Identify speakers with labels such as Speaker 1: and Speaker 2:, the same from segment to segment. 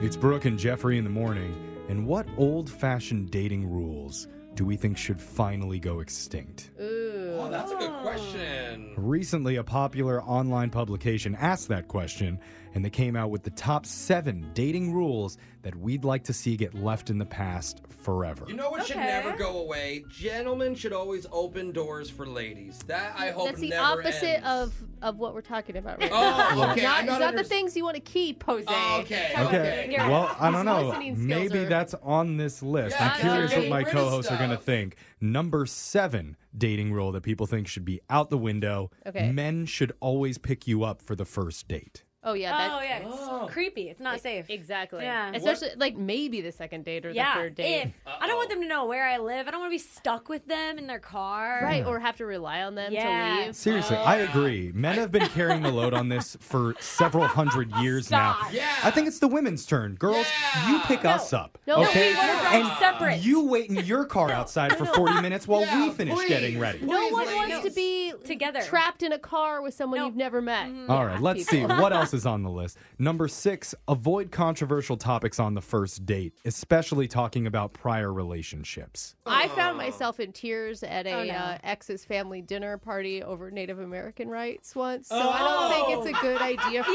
Speaker 1: It's Brooke and Jeffrey in the morning. And what old fashioned dating rules do we think should finally go extinct?
Speaker 2: Ooh.
Speaker 3: Oh, that's a good question.
Speaker 1: Recently, a popular online publication asked that question, and they came out with the top seven dating rules that we'd like to see get left in the past forever.
Speaker 3: You know what should
Speaker 2: Okay.
Speaker 3: never go away? Gentlemen should always open doors for ladies. That I hope
Speaker 2: That's the
Speaker 3: never
Speaker 2: opposite
Speaker 3: ends.
Speaker 2: of of what we're talking about right now.
Speaker 3: Oh, okay.
Speaker 2: Not,
Speaker 3: I got
Speaker 2: it's not the
Speaker 3: underst-
Speaker 2: things you want to keep, Jose.
Speaker 3: Oh, okay.
Speaker 2: Come on.
Speaker 1: Okay.
Speaker 2: Your-
Speaker 1: Well, I
Speaker 2: his
Speaker 1: don't know.
Speaker 2: listening skills
Speaker 1: Maybe
Speaker 2: are-
Speaker 1: that's on this list.
Speaker 3: Yeah,
Speaker 1: I'm
Speaker 2: I
Speaker 1: curious
Speaker 2: know.
Speaker 1: what my
Speaker 3: Getting rid of
Speaker 1: co-hosts are going to
Speaker 3: stuff.
Speaker 1: think. Number seven dating rule that people think should be out the window:
Speaker 2: Okay.
Speaker 1: men should always pick you up for the first date.
Speaker 2: Oh yeah. That, E-
Speaker 4: oh yeah, it's
Speaker 3: Oh.
Speaker 4: creepy. It's not safe.
Speaker 2: Exactly.
Speaker 4: Yeah.
Speaker 2: Especially like maybe the second date or the
Speaker 4: yeah,
Speaker 2: third date.
Speaker 4: if I don't want them to know where I live, I don't want to be stuck with them in their car.
Speaker 2: Right, or have to rely on them
Speaker 4: Yeah.
Speaker 2: to leave.
Speaker 1: Seriously, I agree. Men have been carrying the load on this for several hundred years now.
Speaker 4: Stop.
Speaker 3: Yeah.
Speaker 1: I think it's the women's turn. Girls,
Speaker 3: Yeah.
Speaker 1: you pick
Speaker 3: No.
Speaker 1: us up.
Speaker 2: No, no,
Speaker 1: okay?
Speaker 2: we wanna
Speaker 4: drive
Speaker 1: and
Speaker 4: separate.
Speaker 1: You wait in your car outside for 40 minutes while
Speaker 3: Yeah,
Speaker 1: we finish
Speaker 3: please.
Speaker 1: getting ready.
Speaker 2: No
Speaker 3: Please,
Speaker 2: one
Speaker 3: ladies.
Speaker 2: wants to be
Speaker 4: Together.
Speaker 2: trapped in a car with someone
Speaker 4: No. Mm-hmm.
Speaker 2: you've never met.
Speaker 1: All right, let's see what else is on the list. Number six, avoid controversial topics on the first date, especially talking about prior relationships.
Speaker 2: I found myself in tears at a
Speaker 4: Oh, no.
Speaker 2: uh, ex's family dinner party over Native American rights once, so I don't
Speaker 3: Oh.
Speaker 2: think it's a good idea for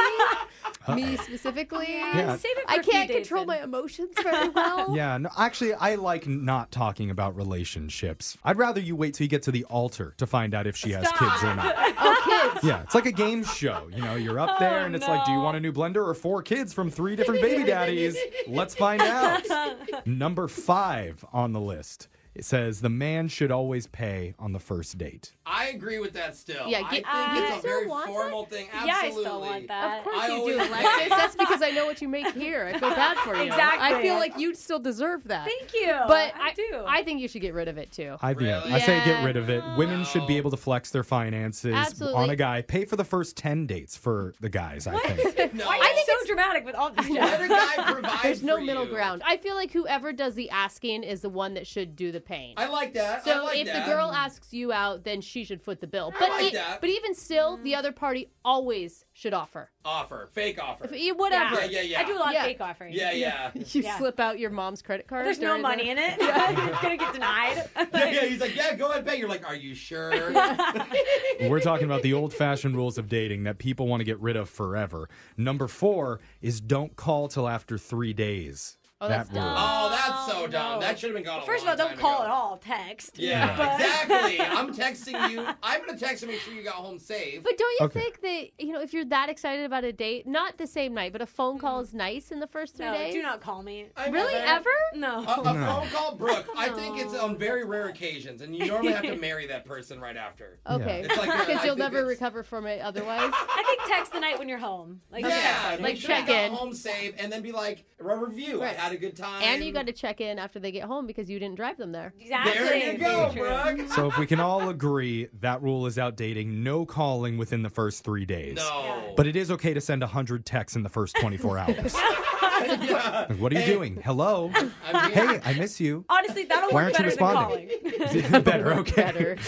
Speaker 2: me, me specifically.
Speaker 1: Yeah.
Speaker 4: Save it for
Speaker 2: I
Speaker 4: a few
Speaker 2: can't
Speaker 4: days
Speaker 2: control
Speaker 4: then.
Speaker 2: my emotions very well.
Speaker 1: Yeah, no, actually, I like not talking about relationships. I'd rather you wait till you get to the altar to find out if she has kids or not.
Speaker 2: Oh, kids.
Speaker 1: Yeah, it's like a game show. You know, you're up there and it's like, do you want a new blender or four kids from three different baby daddies? Let's find out. Number five on the list. It says the man should always pay on the first date.
Speaker 3: I agree with that still.
Speaker 2: Yeah, get-
Speaker 3: I think
Speaker 2: you
Speaker 3: it's a
Speaker 2: still
Speaker 3: very
Speaker 2: want that?
Speaker 3: formal thing.
Speaker 4: Yeah, I
Speaker 3: Absolutely.
Speaker 4: still want
Speaker 2: Of
Speaker 4: that.
Speaker 2: course
Speaker 3: I
Speaker 2: you do,
Speaker 3: always-
Speaker 2: Alexis. That's because I know what you make here. I feel bad for you.
Speaker 4: Exactly.
Speaker 2: I feel like you still deserve that.
Speaker 4: Thank you.
Speaker 2: But
Speaker 4: I, do.
Speaker 2: I think you should get rid of it too.
Speaker 1: I, yeah,
Speaker 3: Really?
Speaker 1: I say get
Speaker 2: Yeah.
Speaker 1: rid of it. Women should be
Speaker 3: No.
Speaker 1: able to flex their finances
Speaker 2: Absolutely.
Speaker 1: on a guy. Pay for the first 10 dates for the guys, I think.
Speaker 3: No.
Speaker 4: Why are you so dramatic with all this?
Speaker 3: Let a guy provide
Speaker 2: There's no
Speaker 3: for
Speaker 2: middle
Speaker 3: you.
Speaker 2: ground. I feel like whoever does the asking is the one that should do the paying.
Speaker 3: I like that. I
Speaker 2: so
Speaker 3: like
Speaker 2: if
Speaker 3: that.
Speaker 2: the girl asks you out, then she should foot the bill.
Speaker 3: I
Speaker 2: But
Speaker 3: like
Speaker 2: it-
Speaker 3: that.
Speaker 2: but even still, the other party always should offer.
Speaker 3: offer, fake offer.
Speaker 2: F- eh, Whatever.
Speaker 3: Yeah, yeah, yeah.
Speaker 4: I do a lot
Speaker 2: Yeah.
Speaker 4: of fake offerings.
Speaker 3: Yeah, yeah.
Speaker 2: You
Speaker 4: Yeah.
Speaker 2: slip out your mom's credit card.
Speaker 4: There's no
Speaker 2: during the-
Speaker 4: money in it. it's gonna get denied.
Speaker 3: Yeah, yeah, he's like, yeah, go ahead, bet. You're like, are you sure? Oh, yeah,
Speaker 1: We're talking about the old fashioned rules of dating that people want to get rid of forever. Number four is don't call till after three days.
Speaker 2: Oh,
Speaker 1: that
Speaker 2: that's
Speaker 1: rule.
Speaker 2: dumb.
Speaker 3: Oh, that's so
Speaker 4: no.
Speaker 3: dumb. That should have been gone. a
Speaker 4: First
Speaker 3: long
Speaker 4: of all, don't
Speaker 3: time
Speaker 4: call
Speaker 3: ago.
Speaker 4: at all. Text.
Speaker 3: Yeah,
Speaker 4: But-
Speaker 3: exactly. I'm texting you. I'm gonna text and make sure you got home safe.
Speaker 2: But don't you
Speaker 1: Okay.
Speaker 2: think that you know if you're that excited about a date, not the same night, but a phone call is nice in the first three
Speaker 4: Mm-hmm. No,
Speaker 2: days?
Speaker 4: do not call me.
Speaker 3: I
Speaker 2: Really,
Speaker 3: never-
Speaker 2: ever?
Speaker 4: No.
Speaker 3: A, a phone call, Brooke. I think it's on very rare occasions, and you normally have to marry that person right after.
Speaker 2: Okay,
Speaker 3: It's
Speaker 2: because
Speaker 3: like a- I
Speaker 2: you'll
Speaker 3: think
Speaker 2: never
Speaker 3: it's-
Speaker 2: recover from it otherwise.
Speaker 4: I think text the night when you're home. Like text
Speaker 3: Yeah,
Speaker 4: them.
Speaker 2: Like,
Speaker 3: make sure you
Speaker 2: check
Speaker 3: got
Speaker 2: in.
Speaker 3: home safe, and then be like, a review.
Speaker 2: Right.
Speaker 3: I had a good time.
Speaker 2: and you got to check in after they get home because you didn't drive them there.
Speaker 4: Exactly.
Speaker 3: There you go,
Speaker 4: True.
Speaker 3: Brooke.
Speaker 1: So if we can all agree, that rule is out dating. No calling within the first three days.
Speaker 3: No.
Speaker 1: But it is okay to send 100 texts in the first 24 hours.
Speaker 3: yeah.
Speaker 1: Like, what are you doing? Hello?
Speaker 3: I'm here.
Speaker 1: Hey, I miss you.
Speaker 4: Honestly, that'll
Speaker 1: Why
Speaker 4: work
Speaker 1: aren't you
Speaker 4: better than
Speaker 1: responding?
Speaker 4: calling.
Speaker 1: better, okay.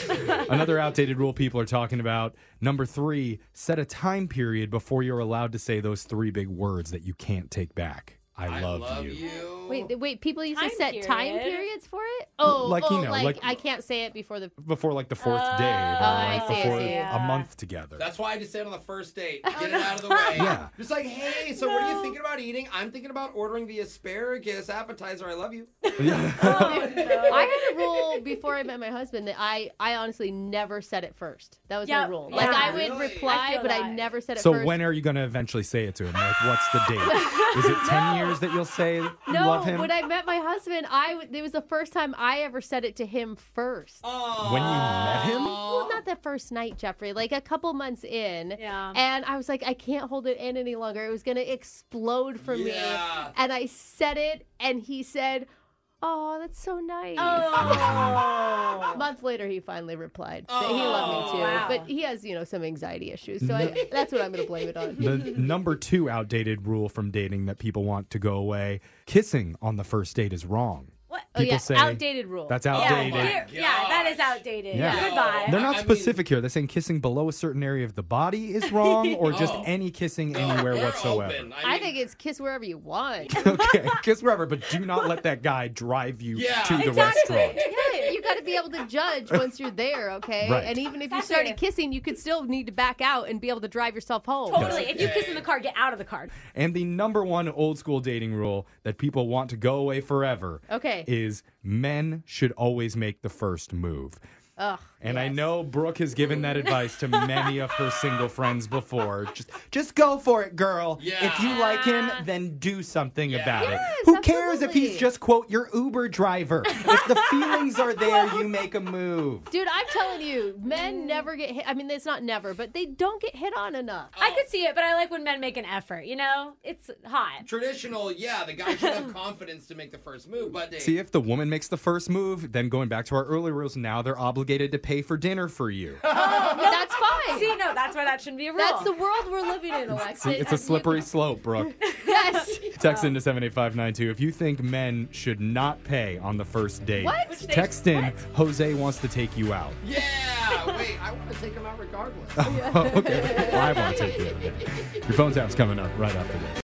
Speaker 2: Better.
Speaker 1: Another outdated rule people are talking about. Number three, set a time period before you're allowed to say those three big words that you can't take back. I,
Speaker 3: I
Speaker 1: love,
Speaker 3: love
Speaker 1: you.
Speaker 3: you.
Speaker 2: Wait, th- wait. People used to
Speaker 4: Time
Speaker 2: set time
Speaker 4: period.
Speaker 2: periods for it. Oh,
Speaker 1: like, you
Speaker 2: oh,
Speaker 1: know,
Speaker 2: like,
Speaker 1: like-
Speaker 2: I can't say it before the.
Speaker 1: Before like the fourth
Speaker 4: Oh,
Speaker 1: day, or
Speaker 2: I
Speaker 1: like
Speaker 2: see, I
Speaker 1: before
Speaker 2: see.
Speaker 1: a month together.
Speaker 3: That's why I just said on the first date, get it out of the way.
Speaker 1: Yeah.
Speaker 3: Just like, hey, so what are you thinking about eating? I'm thinking about ordering the asparagus appetizer. I love you.
Speaker 4: Oh, no.
Speaker 2: I had a rule before I met my husband that I I honestly never said it first. That was my
Speaker 4: Yeah.
Speaker 2: rule. Like I would
Speaker 3: Yeah. Really?
Speaker 2: reply,
Speaker 4: I feel
Speaker 2: but I
Speaker 4: that.
Speaker 2: never said it
Speaker 1: so
Speaker 2: first.
Speaker 1: when are you going to eventually say it to him? Like, what's the date? Is it 10 years that you'll say you
Speaker 2: no,
Speaker 1: love him?
Speaker 2: when I met my husband, I w- it was the first time I ever said it to him first.
Speaker 3: Oh.
Speaker 1: When you met him?
Speaker 2: Well, not the first night, Jeffrey. Like a couple months in.
Speaker 4: Yeah.
Speaker 2: And I was like, I can't hold it in any longer. It was going to explode for
Speaker 3: Yeah.
Speaker 2: me. And I said it, and he said, Oh, that's so nice. A
Speaker 4: Oh.
Speaker 2: month later, he finally replied that he loved me
Speaker 3: Oh,
Speaker 2: too.
Speaker 4: wow.
Speaker 2: But he has, you know, some anxiety issues. So I, that's what I'm going to blame it on.
Speaker 1: the number two outdated rule from dating that people want to go away kissing on the first date is wrong.
Speaker 4: What?
Speaker 2: Oh,
Speaker 1: People
Speaker 2: yeah,
Speaker 1: say
Speaker 2: outdated rule.
Speaker 1: that's
Speaker 3: my
Speaker 1: outdated.
Speaker 4: Yeah, yeah, that is outdated.
Speaker 1: Yeah.
Speaker 4: Goodbye.
Speaker 1: They're
Speaker 3: I-
Speaker 1: not
Speaker 3: I mean-
Speaker 1: specific here. They're saying kissing below a certain area of the body is wrong, or just
Speaker 3: Oh.
Speaker 1: any kissing
Speaker 3: Oh,
Speaker 1: anywhere
Speaker 3: we're
Speaker 1: whatsoever.
Speaker 3: open. I,
Speaker 2: I
Speaker 3: mean,
Speaker 2: think it's kiss wherever you want.
Speaker 1: okay, kiss wherever, but do not let that guy drive you
Speaker 3: Yeah.
Speaker 1: to the
Speaker 4: Exactly.
Speaker 1: restaurant.
Speaker 2: Yeah, you got to be able to judge once you're there, okay?
Speaker 1: Right.
Speaker 2: And even if you
Speaker 4: Exactly.
Speaker 2: started kissing, you could still need to back out and be able to drive yourself home.
Speaker 4: Totally. If you kiss in the car, get out of the car.
Speaker 1: And the number one old school dating rule that people want to go away forever
Speaker 2: Okay.
Speaker 1: is men should always make the first move.
Speaker 2: Ugh.
Speaker 1: And I
Speaker 2: yes.
Speaker 1: know Brooke has given that advice to many of her single friends before. Just just go for it, girl.
Speaker 3: Yeah.
Speaker 1: If you like him, then do something
Speaker 3: Yeah.
Speaker 1: about it.
Speaker 2: Yes,
Speaker 1: Who cares if
Speaker 2: absolutely.
Speaker 1: he's just quote your Uber driver? if the feelings are there, you make a move.
Speaker 2: Dude, I'm telling you, men never get hit. I mean, it's not never, but they don't get hit on enough.
Speaker 4: I could see it, but I like when men make an effort. You know, it's hot.
Speaker 3: traditional, yeah, the guy should have confidence to make the first move, but they,
Speaker 1: See if the woman makes the first move, then going back to our earlier rules, now they're obligated to pay for dinner for you.
Speaker 2: That's fine.
Speaker 4: See, no, that's why that shouldn't be a rule.
Speaker 2: That's the world we're living in, Alexis.
Speaker 1: See, it's a slippery slope, Brooke.
Speaker 2: Yes.
Speaker 1: Text into 78592 if you think men should not pay on the first date.
Speaker 2: What?
Speaker 4: Which they-
Speaker 1: Text in, Jose wants to take you out.
Speaker 3: yeah, wait, I want to take him out regardless.
Speaker 1: okay. Well, I want to take you out. Your phone tap's coming up right after this.